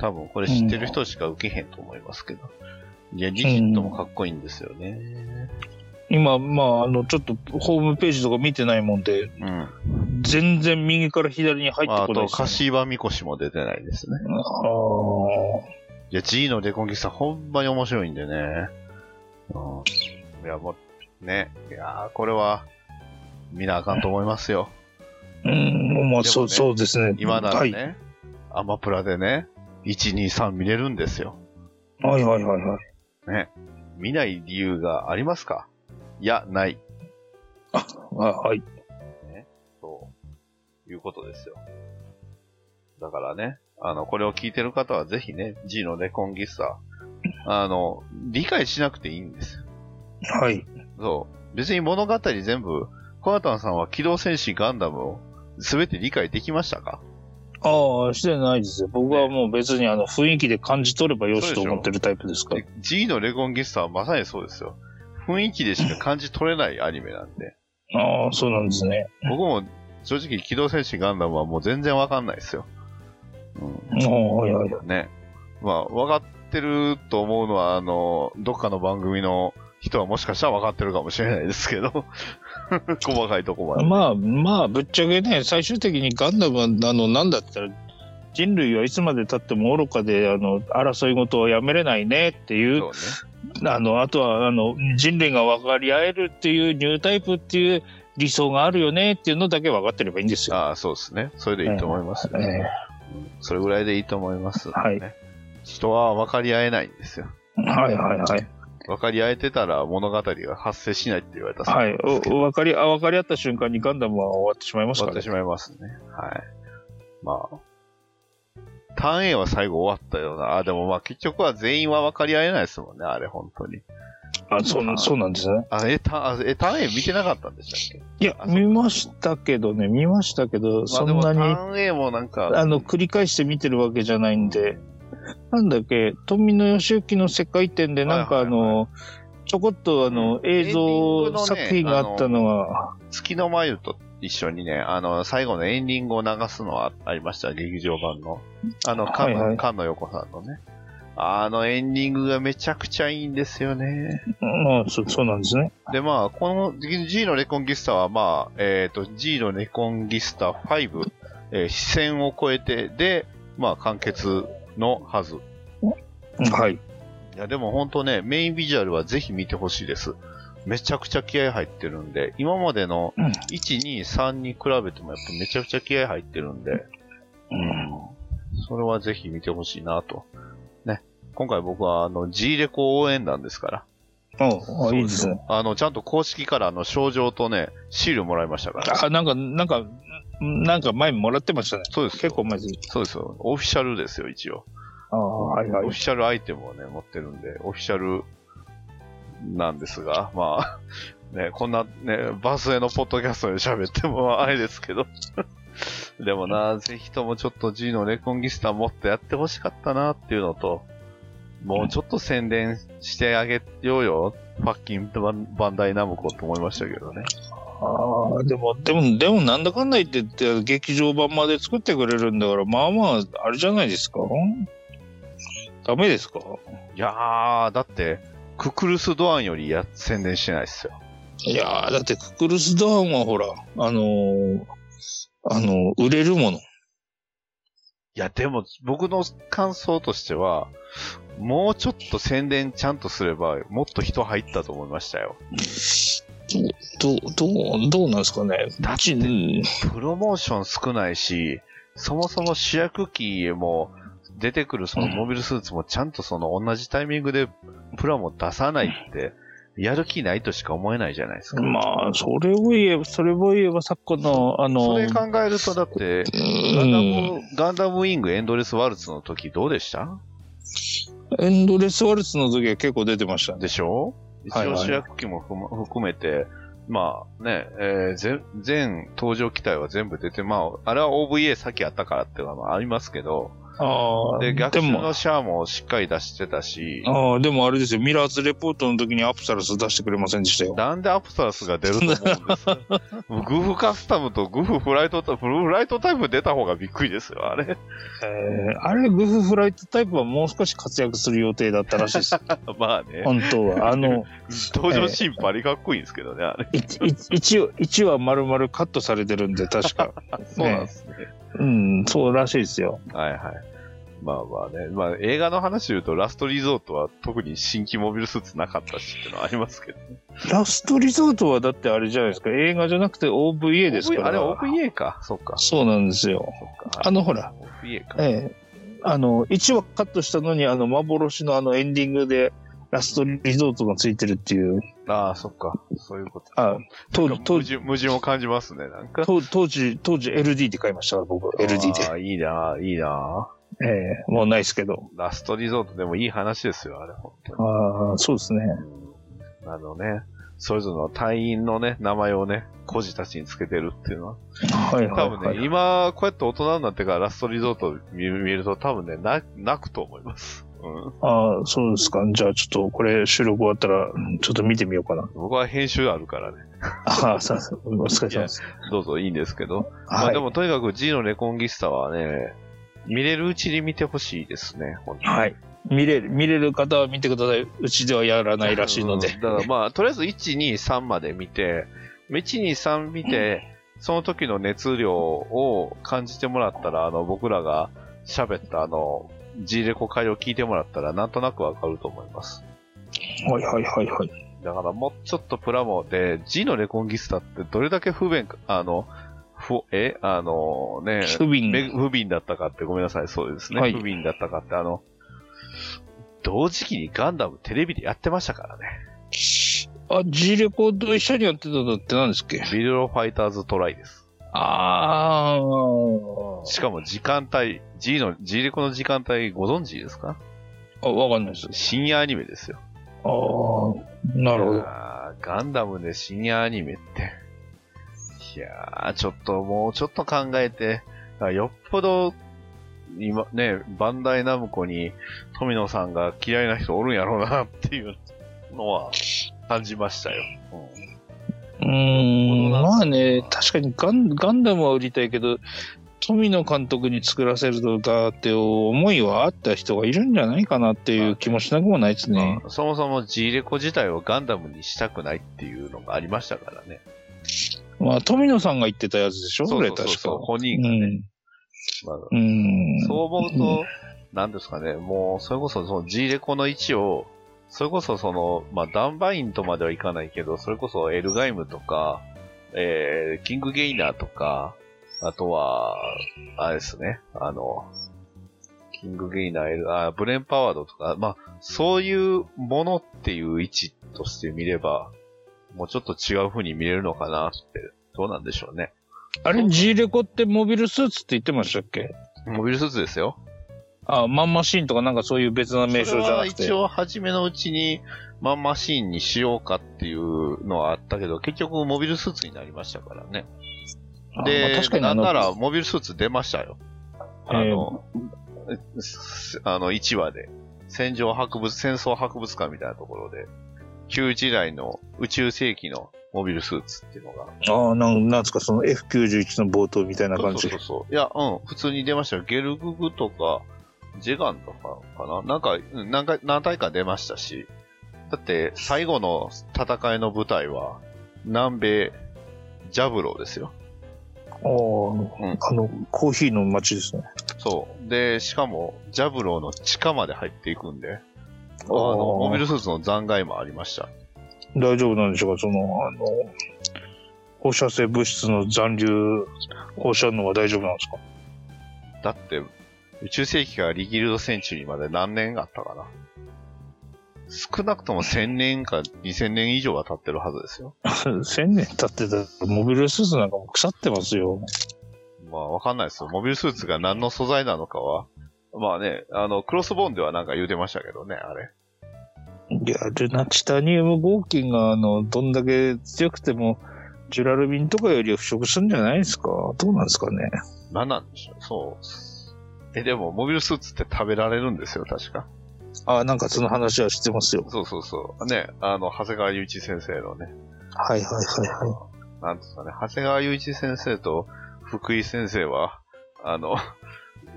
Speaker 2: 多分これ知ってる人しか受けへんと思いますけど。いや、リジットもかっこいいんですよね。
Speaker 3: 今、まあ、あの、ちょっとホームページとか見てないもんで、
Speaker 2: うん。
Speaker 3: 全然右から左に入
Speaker 2: まあ、
Speaker 3: って
Speaker 2: あ
Speaker 3: こな
Speaker 2: と、
Speaker 3: いです、ね。
Speaker 2: カシーバミコシも出てないですね。
Speaker 3: ああ
Speaker 2: いや、G のレコンギスタ、ほんまに面白いんでね。うん。いや、もう、ね。いやーこれは、見なあかんと思います よ。
Speaker 3: うん、まあ、そ
Speaker 2: でも
Speaker 3: う、
Speaker 2: ね
Speaker 3: そうですね。
Speaker 2: 今なら
Speaker 3: はい。
Speaker 2: ね、アマプラでね、1、2、3見れるんですよ。
Speaker 3: はいはいはいはい。
Speaker 2: 見ない理由がありますかいや、ない。
Speaker 3: あはい。
Speaker 2: ということですよ。だからね、あの、これを聞いてる方はぜひね、G のレコンギスタ、あの、理解しなくていいんですよ
Speaker 3: はい。
Speaker 2: そう。別に物語全部、コアタンさんは機動戦士ガンダムを全て理解できましたか
Speaker 3: ああ、してないですよ。僕はもう別にあの雰囲気で感じ取ればよしと思ってるタイプですから。
Speaker 2: で ?G のレゴンギスタはまさにそうですよ。雰囲気でしか感じ取れないアニメなんで。
Speaker 3: ああ、そうなんですね。
Speaker 2: 僕も正直機動戦士ガンダムはもう全然わかんないですよ。
Speaker 3: ああ、はいはい。
Speaker 2: うん。ね。まあ、わかってると思うのは、あの、どっかの番組の人はもしかしたらわかってるかもしれないですけど、 細かいとこまで。
Speaker 3: まあまあ、ぶっちゃけね、最終的にガンダムは、あの、なんだったら、人類はいつまで経っても愚かで、あの、争い事をやめれないねっていう、
Speaker 2: そうね。
Speaker 3: あの、あとは、あの、人類が分かり合えるっていうニュータイプっていう理想があるよねっていうのだけ分かってればいいんですよ。
Speaker 2: ああ、そうですね。それでいいと思います
Speaker 3: え
Speaker 2: ね。それぐらいでいいと思います。
Speaker 3: はい
Speaker 2: ね。人は分かり合えないんですよ。
Speaker 3: えはいはいはい。
Speaker 2: 分かり合えてたら物語が発生しないって言われたそう
Speaker 3: は
Speaker 2: なん。
Speaker 3: い
Speaker 2: ですけど
Speaker 3: お分かり、あ分かり合った瞬間にガンダムは終わってしまいます
Speaker 2: 終
Speaker 3: か
Speaker 2: わっ
Speaker 3: ら
Speaker 2: て
Speaker 3: ね
Speaker 2: しまいますね。はい。まあ。ターン A は最後終わったような。あ、でもまあ結局は全員は分かり合えないですもんね、あれ本当に。
Speaker 3: あ、そう、そうなんですね。
Speaker 2: あ、え、ターン、え、ターン A 見てなかったんでしたっけ
Speaker 3: いや、
Speaker 2: あそう
Speaker 3: 見ましたけどね、見ましたけど、そん
Speaker 2: まあで
Speaker 3: なに
Speaker 2: も。ターン A もなんか、
Speaker 3: あの、繰り返して見てるわけじゃないんで、なんだっけ、富野義行の世界展で、なんか
Speaker 2: は
Speaker 3: あ
Speaker 2: いはいはい
Speaker 3: の、ちょこっとあの、映
Speaker 2: エンディングの
Speaker 3: 像
Speaker 2: ね
Speaker 3: 作品があったのが、
Speaker 2: 月の眉と一緒にね、あの、最後のエンディングを流すのはありました、劇場版の。あの、
Speaker 3: はいはい
Speaker 2: 菅野菅野陽子さんのね。あのエンディングがめちゃくちゃいいんですよね。
Speaker 3: まあ、そそうなんですね。
Speaker 2: で、まあ、この G のレコンギスタは、まあ、えっ、と、G のレコンギスタ5、えー、視線を超えて、で、まあ、完結のはず。
Speaker 3: はい。
Speaker 2: いや、でも本当ね、メインビジュアルはぜひ見てほしいです。めちゃくちゃ気合入ってるんで、今までの
Speaker 3: うん
Speaker 2: 1、2、3に比べてもやっぱめちゃくちゃ気合入ってるんで、それはぜひ見てほしいなと。ね。今回僕はあの G レコ応援団ですから。
Speaker 3: ああ、いいですね。
Speaker 2: あの、ちゃんと公式からあの、賞状とね、シールもらいましたから。
Speaker 3: あ、なんか、なんか、なんか前もらってましたね。
Speaker 2: そうですよ。
Speaker 3: 結構前です。
Speaker 2: そうですよ。オフィシャルですよ、一応。
Speaker 3: ああ、はいは
Speaker 2: オ
Speaker 3: い
Speaker 2: フィ。シャルアイテムをね、持ってるんで、オフィシャルなんですが、まあ、 ね、こんなね、バスへのポッドキャストで喋ってもあれですけど。 でもな、ぜひともちょっと G のレコンギスタもっとやってほしかったなっていうのと、もうちょっと宣伝してあげようよ、ファッキンバンバンダイナムコと思いましたけどね。
Speaker 3: ああ、でも、でも、でも、なんだかんだ言ってって、劇場版まで作ってくれるんだから、まあまあ、あれじゃないですか。ダメですか
Speaker 2: いやー、だって、ククルスドアンよりや宣伝してないっすよ。
Speaker 3: いやー、だって、ククルスダウンはほら、あのーあのー売れるもの。
Speaker 2: いや、でも、僕の感想としては、もうちょっと宣伝ちゃんとすれば、もっと人入ったと思いましたよ。
Speaker 3: どう、どう、どうなんですかね。
Speaker 2: だって
Speaker 3: うん
Speaker 2: プロモーション少ないし、そもそも主役機も出てくるそのモビルスーツもちゃんとその同じタイミングでプラも出さないって、やる気ないとしか思えないじゃないですか。
Speaker 3: まあ、それを言えば、それを言えば、昨今の、あの
Speaker 2: そ
Speaker 3: ー
Speaker 2: れ考えると、だって、ガンダ
Speaker 3: うん
Speaker 2: ム、ガンダムウィングエンドレスワルツの時どうでした
Speaker 3: エンドレスワルツの時は結構出てましたね。
Speaker 2: でしょ一
Speaker 3: はいは
Speaker 2: 応
Speaker 3: い
Speaker 2: 主役機もふま含めて、まあね、えー全、全登場機体は全部出て、まあ、あれは OVA 先あったからっていうのはまあありますけど、
Speaker 3: ああ、
Speaker 2: で、逆
Speaker 3: で
Speaker 2: 襲
Speaker 3: も
Speaker 2: の、シャアもしっかり出してたし、
Speaker 3: ああ、でもあれですよ、ミラーズレポートの時にアプサラス出してくれませんでしたよ。
Speaker 2: なんでアプサラスが出ると思うんですかもうグーフカスタムとグーフフライトタイプ、フライトタイプ出た方がびっくりですよ、あれ。
Speaker 3: えーあれ、グフフライトタイプはもう少し活躍する予定だったらしいです。
Speaker 2: まあね、
Speaker 3: 本当は。あの、
Speaker 2: 登場シーンバリかっこいいんですけどね、あれ。
Speaker 3: いい一応、一話丸々カットされてるんで、確か。
Speaker 2: そうなんですね。
Speaker 3: うん、そうらしいですよ。
Speaker 2: はいはい。まあまあね。まあ映画の話で言うと、ラストリゾートは特に新規モビルスーツなかったしっていうのはありますけど。
Speaker 3: ラストリゾートはだってあれじゃないですか。映画じゃなくて OVA ですから。
Speaker 2: あれ OVA か。そうか。
Speaker 3: そうなんですよ。
Speaker 2: そうか。
Speaker 3: あのほら。
Speaker 2: OVA か。
Speaker 3: ええあの、1話カットしたのに、あの、幻のあのエンディングで、ラストリゾートがついてるっていう、
Speaker 2: ああ、そっか。そういうこと。
Speaker 3: あ当
Speaker 2: なんか
Speaker 3: 当
Speaker 2: 矛盾、矛盾を感じますね、なんか。
Speaker 3: 当当時、当時 LD で買いましたから、僕、LD で。
Speaker 2: ああ、いいな、いいな。
Speaker 3: ええもうないですけど。
Speaker 2: ラストリゾートでもいい話ですよ、あれ、本当に。
Speaker 3: ああ、そうですね。
Speaker 2: あのね、それぞれの隊員のね、名前をね、孤児たちにつけてるっていうのは。
Speaker 3: はいは
Speaker 2: 多
Speaker 3: い、
Speaker 2: 分ね、
Speaker 3: はい。
Speaker 2: 今、こうやって大人になってからラストリゾートを見る見ると、多分ね、な泣くと思います。うん。
Speaker 3: ああ、そうですか。じゃあ、ちょっと、これ、収録終わったら、ちょっと見てみようかな。
Speaker 2: 僕は編集あるからね、
Speaker 3: ああ、そうそう。お疲れ様です。
Speaker 2: どうぞいいんですけど。ま
Speaker 3: は
Speaker 2: あ
Speaker 3: い
Speaker 2: で。も、とにかく G のレコンギスタはね、見れるうちに見てほしいですね、本当に
Speaker 3: はい。見れる、見れる方は見てください。うちではやらないらしいので
Speaker 2: うん。だからまあ、とりあえず1、2、3まで見て、1、2、3見て、その時の熱量を感じてもらったら、あの、僕らが喋ったあの、G レコ会を聞いてもらったら、なんとなくわかると思います。
Speaker 3: はいはいはいはい。
Speaker 2: だからもうちょっとプラモで、G のレコンギスタってどれだけ不便か、あの、ふ、え、あのね、
Speaker 3: 不憫
Speaker 2: め不憫だったかって、ごめんなさい、そうですね。
Speaker 3: はい
Speaker 2: 不憫だったかって、あの、同時期にガンダムテレビでやってましたからね。
Speaker 3: あ、G レコード一緒にやってたのって何ですっけ
Speaker 2: ビデオファイターズトライです。
Speaker 3: あ
Speaker 2: しかも時間帯、G の、G レコの時間帯ご存知ですか
Speaker 3: あ、わかんないです。
Speaker 2: 深夜アニメですよ。
Speaker 3: ああ、なるほ
Speaker 2: いや
Speaker 3: ど。
Speaker 2: ーガンダムで深夜アニメって。いやー、ちょっともうちょっと考えて、あよっぽど、今ね、バンダイナムコに富野さんが嫌いな人おるんやろうなっていうのは感じましたよ。
Speaker 3: うーん、まあね、確かにガンガンダムは売りたいけど、富野監督に作らせるとかっていう思いはあった人がいるんじゃないかなっていう気もしなくもないですね。
Speaker 2: そもそも G レコ自体をガンダムにしたくないっていうのがありましたからね。
Speaker 3: まあ、富野さんが言ってたやつでしょそれ確か。
Speaker 2: 本人が
Speaker 3: う
Speaker 2: ね。
Speaker 3: ん。
Speaker 2: まあ
Speaker 3: うん。
Speaker 2: そう思うと、なんですかね、もう、それこそその G レコの位置を、それこそその、まあ、ダンバインとまではいかないけど、それこそエルガイムとか、えー、キングゲイナーとか、あとは、あれですね、あの、キングゲイナー、エルあブレンパワードとか、まあ、そういうものっていう位置として見れば、もうちょっと違う風に見れるのかなって、どうなんでしょうね。
Speaker 3: あれ、G レコってモビルスーツって言ってましたっけ
Speaker 2: モビルスーツですよ。
Speaker 3: あ、マンマシーンとかなんかそういう別な名
Speaker 2: そ
Speaker 3: 称
Speaker 2: れ
Speaker 3: じゃな
Speaker 2: は
Speaker 3: くて。
Speaker 2: 一応初めのうちにマンマシーンにしようかっていうのはあったけど、結局モビルスーツになりましたからね。
Speaker 3: あ
Speaker 2: で、
Speaker 3: まあ確かに
Speaker 2: な
Speaker 3: あ
Speaker 2: ん
Speaker 3: の
Speaker 2: ならモビルスーツ出ましたよ。あ
Speaker 3: え
Speaker 2: の、すあの1話で。戦場博物、戦争博物館みたいなところで、旧時代の宇宙世紀のモビルスーツっていうのが。
Speaker 3: ああ、なんなんですか、その F91 の冒頭みたいな感
Speaker 2: そ
Speaker 3: じ
Speaker 2: う。そうそうそう。いや、うん、普通に出ましたよ。ゲルググとか、ジェガンとかかななんか、うん何回、何回か出ましたし。だって、最後の戦いの舞台は、南米、ジャブローですよ。
Speaker 3: あ
Speaker 2: うん。
Speaker 3: あ、あの、コーヒーの街ですね。
Speaker 2: そう。で、しかも、ジャブローの地下まで入っていくんで、
Speaker 3: あ
Speaker 2: あの、モビルスーツの残骸もありました。
Speaker 3: 大丈夫なんでしょうか、その、あの、放射性物質の残留、放射能は大丈夫なんですか
Speaker 2: だって、宇宙世紀からリギルドセンチュリーまで何年あったかな少なくとも1000年か2000年以上は経ってるはずですよ。
Speaker 3: 1000年経ってたらモビルスーツなんかも腐ってますよ。
Speaker 2: まあ、わかんないですよ。モビルスーツが何の素材なのかは。まあね、あの、クロスボーンではなんか言うてましたけどね、あれ。
Speaker 3: いや、ルナチタニウム合金が、あの、どんだけ強くても、ジュラルミンとかよりは腐食するんじゃないですかどうなんですかね
Speaker 2: 何なんでしょう。そう。え、でも、モビルスーツって食べられるんですよ、確か。
Speaker 3: ああ、なんかその話は知ってますよ。
Speaker 2: そうそうそう。ね、あの、長谷川雄一先生のね、
Speaker 3: はいはいはいはい。
Speaker 2: なんですかね、長谷川雄一先生と福井先生は、あの、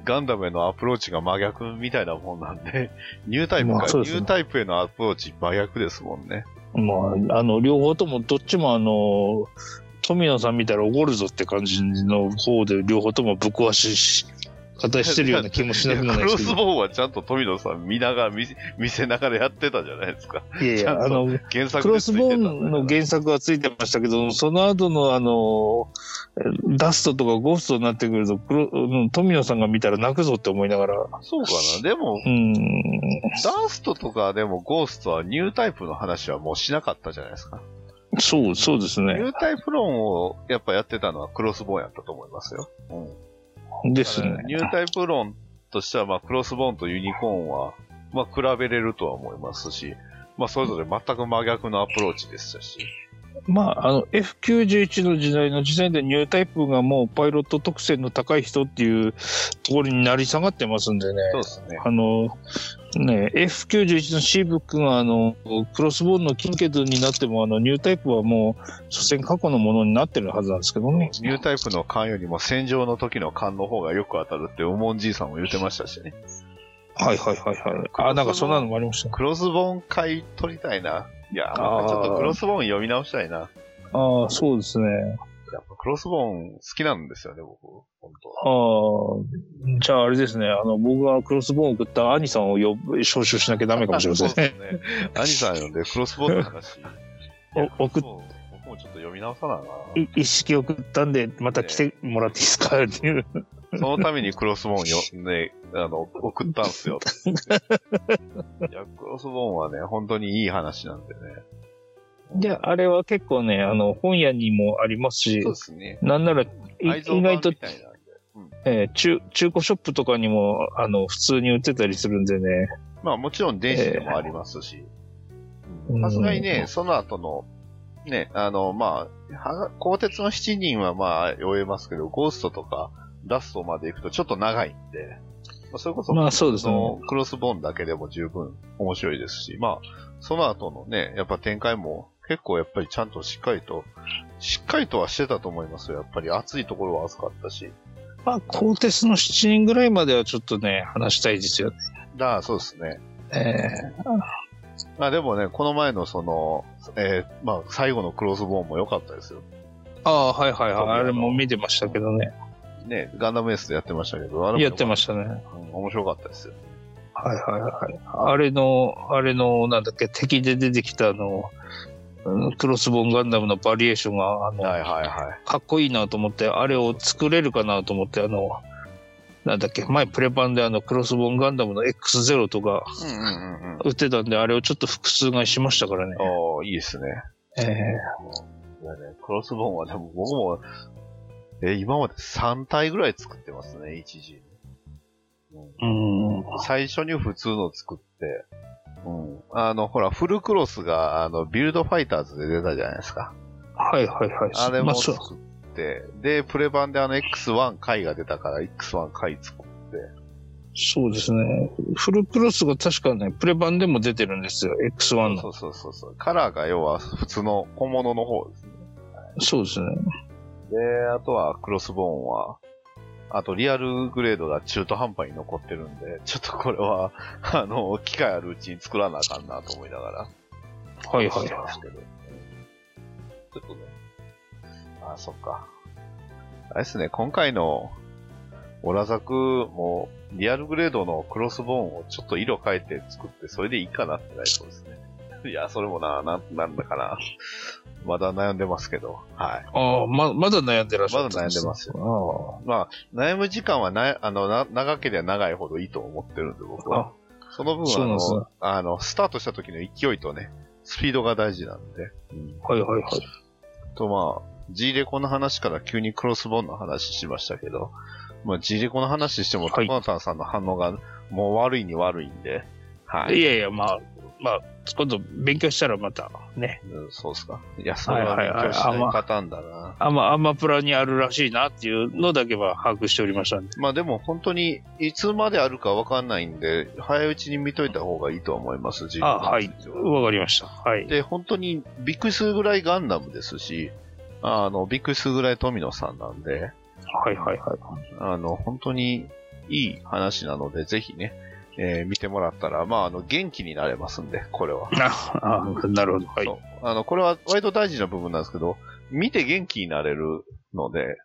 Speaker 2: ガンダムへのアプローチが真逆みたいなもんなんで、ニュータイプ
Speaker 3: ま
Speaker 2: か、
Speaker 3: あそう
Speaker 2: ニ
Speaker 3: ですね
Speaker 2: ュータイプへのアプローチ真逆ですもんね。
Speaker 3: まあ、あの、両方とも、どっちもあの、富野さん見たらおごるぞって感じの方で、両方ともぶっ壊しし、方してるような気もしなくもない
Speaker 2: ク
Speaker 3: で
Speaker 2: ロ
Speaker 3: すけ
Speaker 2: ス
Speaker 3: ど。
Speaker 2: ボーンはちゃんと富野さん見ながら見せ、見せながらやってたじゃないですか。
Speaker 3: いやい
Speaker 2: ちゃん
Speaker 3: や、
Speaker 2: と
Speaker 3: あの、
Speaker 2: 原作
Speaker 3: ク
Speaker 2: で
Speaker 3: ロ
Speaker 2: つい
Speaker 3: ス
Speaker 2: てた
Speaker 3: ボー
Speaker 2: んだ
Speaker 3: ンの原作はついてましたけど、その後のあの、ダストとかゴーストになってくると、クロうん富野さんが見たら泣くぞって思いながら、
Speaker 2: そうかな。でも、
Speaker 3: うん、
Speaker 2: ダーストとかでもゴーストはニュータイプの話はもうしなかったじゃないですか。
Speaker 3: そう、そうです
Speaker 2: ニ
Speaker 3: ね。
Speaker 2: ュータイプ論をやっぱやってたのはクロスボーンやったと思いますよ。うん。
Speaker 3: ですね。
Speaker 2: ニュータイプ論としては、まあ、クロスボーンとユニコーンは、まあ、比べれるとは思いますし、まあ、それぞれ全く真逆のアプローチでしたし。
Speaker 3: まあ、あの、F91 の時代の時点でニュータイプがもうパイロット特性の高い人っていうところになり下がってますんでね。
Speaker 2: そうですね。
Speaker 3: あの、ね、F91 のシーブックがあの、クロスボーンの金欠になっても、あの、ニュータイプはもう、所詮過去のものになってるはずなんですけどね。
Speaker 2: ニュータイプの勘よりも戦場の時の勘の方がよく当たるって、おもんじいさんも言ってましたしね。
Speaker 3: はいはいはいはい。あ、なんかそんなのもありましたね。
Speaker 2: クロスボーン買い取りたいな。いや、なんかちょっとクロスボーン読み直したいな。
Speaker 3: ああ、そうですね。
Speaker 2: やっぱクロスボーン好きなんですよね、僕。本当。
Speaker 3: ああ、じゃああれですね。あの、僕がクロスボーンを送った兄さんを呼ぶ、招集しなきゃダメかもしれません
Speaker 2: そう。ですね。兄さん呼んで、クロスボーンの話。
Speaker 3: お送っ
Speaker 2: そう僕もちょっと読み直さなあかな。
Speaker 3: い一式送ったんで、また来てもらっていいですかっていう。
Speaker 2: そのためにクロスボーンよ、ね、あの、送ったんす よ。いや、クロスボーンはね、本当にいい話なんでね。
Speaker 3: で、あれは結構ね、あの、本屋にもありますし
Speaker 2: そう、ですね。
Speaker 3: なんなら、い
Speaker 2: 愛
Speaker 3: 意
Speaker 2: 蔵版
Speaker 3: 外
Speaker 2: みた
Speaker 3: と、
Speaker 2: いなんで。
Speaker 3: えー中、中古ショップとかにも、あの、普通に売ってたりするんでね。
Speaker 2: まあもちろん電子でもありますし。
Speaker 3: うん
Speaker 2: さすがにね、その後の、ね、あの、まあ、は鋼鉄の7人はまあ、終えますけど、ゴーストとか、ラストまで行くとちょっと長いんで、まあ、それこそ
Speaker 3: まあそうです
Speaker 2: そ
Speaker 3: ね。
Speaker 2: のクロスボーンだけでも十分面白いですし、まあ、その後のね、やっぱ展開も結構やっぱりちゃんとしっかりと、しっかりとはしてたと思いますよ。やっぱり熱いところは熱かったし、
Speaker 3: まあ、鋼鉄の7人ぐらいまではちょっとね、話したいですよね。
Speaker 2: だそうですね。
Speaker 3: え
Speaker 2: まあでもね、この前のその、えーまあ最後のクロスボーンも良かったですよ。
Speaker 3: ーああ、はいはいはい。あれも見てましたけどね。
Speaker 2: ね、ガンダムエースでやってましたけど、あれも
Speaker 3: やってま
Speaker 2: し
Speaker 3: したね。
Speaker 2: た。うん面白かったですよ。
Speaker 3: はいはいはい。あれの、あれの、なんだっけ、敵で出てきたあの、うんクロスボーンガンダムのバリエーションが、あの、
Speaker 2: はいはいはい。
Speaker 3: かっこいいなと思って、あれを作れるかなと思って、あの、なんだっけ、前プレ版であの、クロスボーンガンダムの X0 とか
Speaker 2: うんうんうんうん。
Speaker 3: 売ってたんで、あれをちょっと複数買いしましたからね。
Speaker 2: おーいいですね。
Speaker 3: え
Speaker 2: いやね、クロスボーンはでも僕も、え、今まで3体ぐらい作ってますね、一時に。うん
Speaker 3: えうん。
Speaker 2: 最初に普通のを作って、うん。あの、ほら、フルクロスが、あの、ビルドファイターズで出たじゃないですか。
Speaker 3: はいはいはい。
Speaker 2: あれ
Speaker 3: ま
Speaker 2: も
Speaker 3: あそう
Speaker 2: 作って、で、プレ版であの、X1 回が出たから、X1 回作って。
Speaker 3: そうですね。フルクロスが確かね、プレ版でも出てるんですよ。X1 の。
Speaker 2: そうそうそうそう。カラーが要は普通の本物の方ですね。
Speaker 3: そうですね。
Speaker 2: で、あとはクロスボーンは、あとリアルグレードが中途半端に残ってるんで、ちょっとこれは、 あの、機会あるうちに作らなあかんなと思いながら。
Speaker 3: はいはい
Speaker 2: して
Speaker 3: は
Speaker 2: ますけど。うんちょっとね。あ、そっか。あれですね、今回の、オラザクも、リアルグレードのクロスボーンをちょっと色変えて作って、それでいいかなってなりそうですね。いや、それもな、なん、なんだかな。まだ悩んでますけど。はい。
Speaker 3: い。ああ、ま、まだ悩んでらっしゃる。
Speaker 2: まだ悩んでます
Speaker 3: よ。
Speaker 2: まあ、悩む時間はな、あの、な、長ければ長いほどいいと思ってるんで、僕は。
Speaker 3: あ
Speaker 2: その分
Speaker 3: そう
Speaker 2: あ
Speaker 3: なんですね
Speaker 2: の、あの、スタートした時の勢いとね、スピードが大事なんで。うん
Speaker 3: あ、はいはいはい。
Speaker 2: とまあ、G レコの話から急にクロスボーンの話しましたけど、まあ G レコの話しても、
Speaker 3: はい
Speaker 2: コナタンさんの反応がもう悪いに悪いんで、はいい。
Speaker 3: やいや、まあ、まあ、今度勉強したらまたね、
Speaker 2: うんそうっすか。いや、それは
Speaker 3: はい
Speaker 2: 勉
Speaker 3: はいはい
Speaker 2: 強し
Speaker 3: あ
Speaker 2: な
Speaker 3: ま
Speaker 2: い
Speaker 3: あ
Speaker 2: パターンだな。
Speaker 3: アマ、アマプラにあるらしいなっていうのだけは把握しておりましたんで。
Speaker 2: まあでも本当に、いつまであるかわかんないんで、早いうちに見といた方がいいと思います、G レコ
Speaker 3: あは
Speaker 2: に
Speaker 3: い
Speaker 2: つい。ては
Speaker 3: わかりました。はい。
Speaker 2: で、本当にびっくりするぐらいガンダムですし、あの、びっくりするぐらい富野さんなんで、
Speaker 3: はいはいはい。
Speaker 2: あの、本当にいい話なので、ぜひね、えー見てもらったら、まあ、あの、元気になれますんで、これは。
Speaker 3: な、あなるほど。はい
Speaker 2: そ。うあの、これは割と大事な部分なんですけど、見て元気になれるので、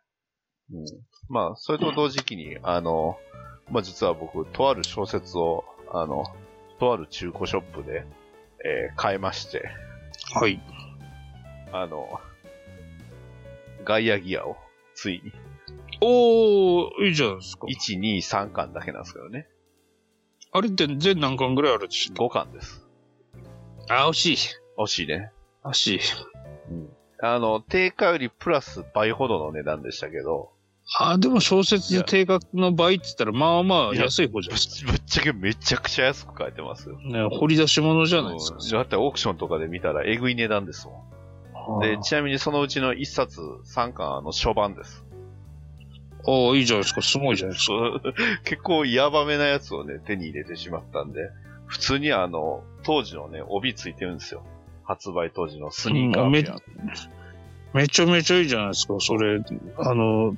Speaker 2: うん、まあ、それと同時期に、あの、まあ、実は僕、とある小説を、あの、とある中古ショップで、えー買いまして、
Speaker 3: はい。
Speaker 2: あの、ガイアギアを、ついに、
Speaker 3: おー、いいじゃないですか。
Speaker 2: 1、2、3巻だけなんですけどね、
Speaker 3: あれって全何巻ぐらいあるでしょ
Speaker 2: 5巻です。
Speaker 3: あ、惜しい。
Speaker 2: 惜しいね。
Speaker 3: 惜しい。
Speaker 2: あの、定価よりプラス倍ほどの値段でしたけど、
Speaker 3: あ、でも小説で定額の倍って言ったら、まあまあ
Speaker 2: いや
Speaker 3: 安い方じゃ
Speaker 2: ぶ
Speaker 3: ない
Speaker 2: っ
Speaker 3: です
Speaker 2: ちぶっちゃけめちゃくちゃ安く買えてますよ。
Speaker 3: か。ね、掘り出し物じゃないですか。
Speaker 2: うんだってオークションとかで見たらえぐい値段ですもん。で、ちなみにそのうちの1冊3巻あの初版です。
Speaker 3: おー、いいじゃないですか。すごいじゃないですか。
Speaker 2: 結構ヤバめなやつをね、手に入れてしまったんで、普通にあの、当時のね、帯ついてるんですよ。発売当時のスニーカーみたいな
Speaker 3: めちゃめちゃいいじゃないですか。それ、あの、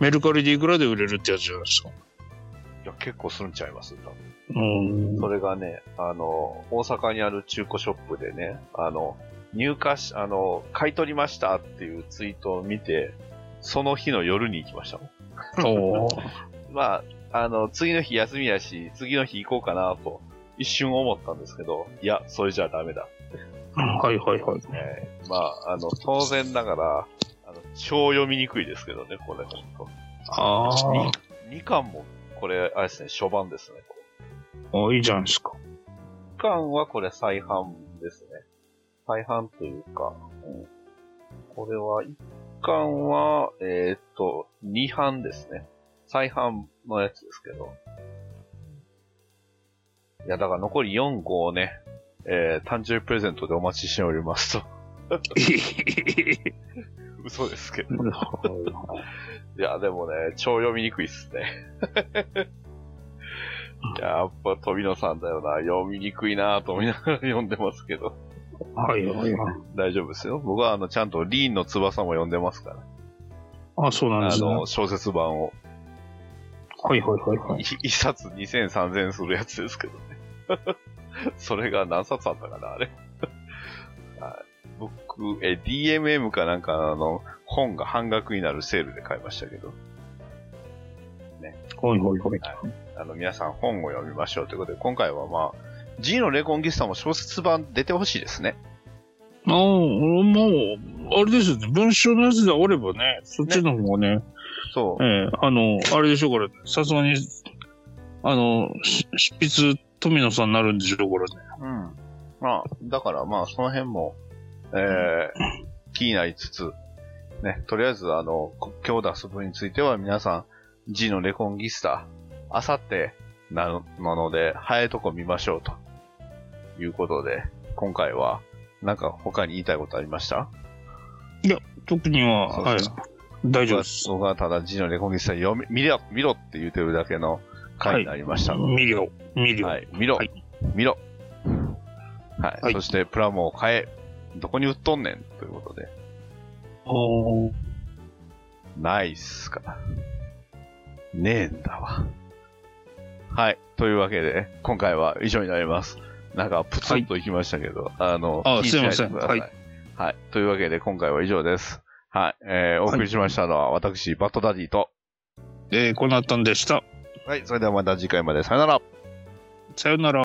Speaker 3: メルカリでいくらで売れるってやつじゃないですか。
Speaker 2: いや結構するんちゃいます多分
Speaker 3: うん。
Speaker 2: それがね、あの、大阪にある中古ショップでね、あの、入荷し、あの、買い取りましたっていうツイートを見て、その日の夜に行きましたもん。
Speaker 3: おー
Speaker 2: まあ、あの、次の日休みやし、次の日行こうかなと、一瞬思ったんですけど、いや、それじゃダメだ。
Speaker 3: はいはいはい。
Speaker 2: えーまあ、あの、当然ながら、あの、超読みにくいですけどね、これ、ほんと。
Speaker 3: あー
Speaker 2: 2巻も、これ、あれですね、初版ですね。
Speaker 3: おー、いいじゃないですか。
Speaker 2: 1巻はこれ再販ですね。再販というか、うんこれは1巻は、えーっと、2版ですね。再販のやつですけど。いや、だから残り4号をね、えー、誕生日プレゼントでお待ちしておりますと。 嘘ですけど。いや、でもね、超読みにくいっすね。 いややっぱ富野さんだよな。読みにくいなぁと思いながら読んでますけど。
Speaker 3: はいはいはい。
Speaker 2: 大丈夫ですよ。僕はあの、ちゃんとリーンの翼も読んでますから。
Speaker 3: あ、そうなんで
Speaker 2: あ
Speaker 3: すね。
Speaker 2: の、小説版を。
Speaker 3: はいはいはいは
Speaker 2: い
Speaker 3: い。
Speaker 2: 一冊2000、3000するやつですけどね。 それが何冊あったかな、あれ。 はい僕、え、DMM かなんかあの、本が半額になるセールで買いましたけど、
Speaker 3: はいはいはい。
Speaker 2: あの、皆さん本を読みましょうということで、今回はまあ、G のレコンギスタも小説版出てほしいですね。
Speaker 3: ああ、もう、あれですよね。文章のやつであればね、そっちの方がね、
Speaker 2: そ
Speaker 3: ええあの、あれでしょうから、さすがに、あの、し執筆、富野さんになるんでしょうからね。
Speaker 2: う。うん。まあ、だからまあ、その辺も、えー、気になりつつ、ね、とりあえず、あの、こ今日出す分については皆さん、G のレコンギスタ、あさってなのなので、早いとこ見ましょうと。いうことで、今回は、なんか他に言いたいことありました
Speaker 3: 特には、
Speaker 2: そう
Speaker 3: はい
Speaker 2: です。
Speaker 3: 大丈夫です。
Speaker 2: 僕はただ G のレコンギスタ読み、見ろ、見ろって言うてるだけの回になりましたので
Speaker 3: 見るよ。見るよ。
Speaker 2: はい、見ろ、
Speaker 3: はい
Speaker 2: 見ろ、はい。
Speaker 3: はい
Speaker 2: そして、プラモを買え。どこに売っとんねんということで。
Speaker 3: おー
Speaker 2: ナイスか。ねえんだわ。はい。というわけで、今回は以上になります。なんか、プツンといきましたけど、あの、
Speaker 3: あ
Speaker 2: 気にしなで
Speaker 3: すいません
Speaker 2: ください
Speaker 3: は
Speaker 2: はい。というわけで、今回は以上です。はい。えー、お送りしましたのは、私、バットダディと。
Speaker 3: えー、こうなったんでした。
Speaker 2: はい。それではまた次回まで。さよなら。
Speaker 3: さよなら。